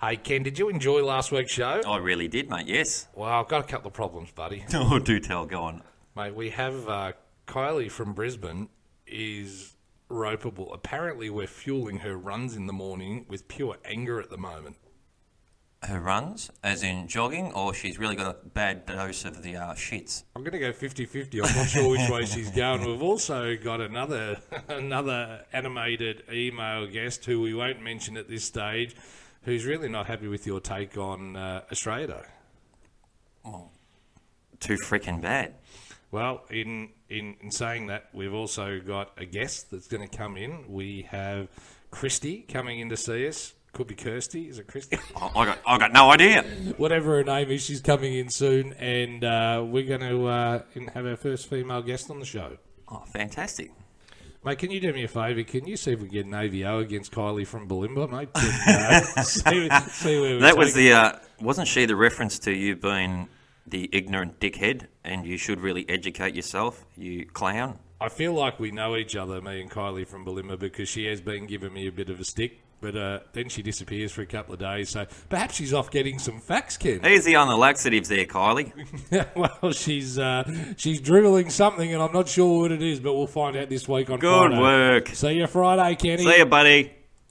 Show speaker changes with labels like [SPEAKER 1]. [SPEAKER 1] Hey, Ken, did you enjoy last week's show?
[SPEAKER 2] I really did, mate. Yes.
[SPEAKER 1] Well, I've got a couple of problems, buddy.
[SPEAKER 2] Oh, do tell. Go on.
[SPEAKER 1] Mate, we have uh, Kylie from Brisbane is ropeable. Apparently, we're fueling her runs in the morning with pure anger at the moment.
[SPEAKER 2] Her runs, as in jogging, or she's really got a bad dose of the uh, shits.
[SPEAKER 1] I'm going to go 50-50. I'm not sure which way she's going. We've also got another another animated email guest who we won't mention at this stage, who's really not happy with your take on uh, Australia. Day.
[SPEAKER 2] Too freaking bad.
[SPEAKER 1] Well, in, in in saying that, we've also got a guest that's going to come in. We have Christy coming in to see us. Could be Kirsty. Is it Christy?
[SPEAKER 2] I, I got, I got no idea.
[SPEAKER 1] Whatever her name is, she's coming in soon, and uh, we're going to uh, have our first female guest on the show.
[SPEAKER 2] Oh, fantastic.
[SPEAKER 1] Mate, can you do me a favour? Can you see if we can get an AVO against Kylie from Balimba, mate? Just, uh, see, see where we
[SPEAKER 2] That was
[SPEAKER 1] take
[SPEAKER 2] the. Uh, wasn't she the reference to you being the ignorant dickhead, and you should really educate yourself, you clown?
[SPEAKER 1] I feel like we know each other, me and Kylie from Balimba, because she has been giving me a bit of a stick, but uh, then she disappears for a couple of days. So perhaps she's off getting some facts, Ken.
[SPEAKER 2] Easy on the laxatives there, Kylie.
[SPEAKER 1] well, she's uh, she's dribbling something, and I'm not sure what it is, but we'll find out this week on
[SPEAKER 2] Good
[SPEAKER 1] Friday.
[SPEAKER 2] work.
[SPEAKER 1] See you Friday, Kenny.
[SPEAKER 2] See you, buddy.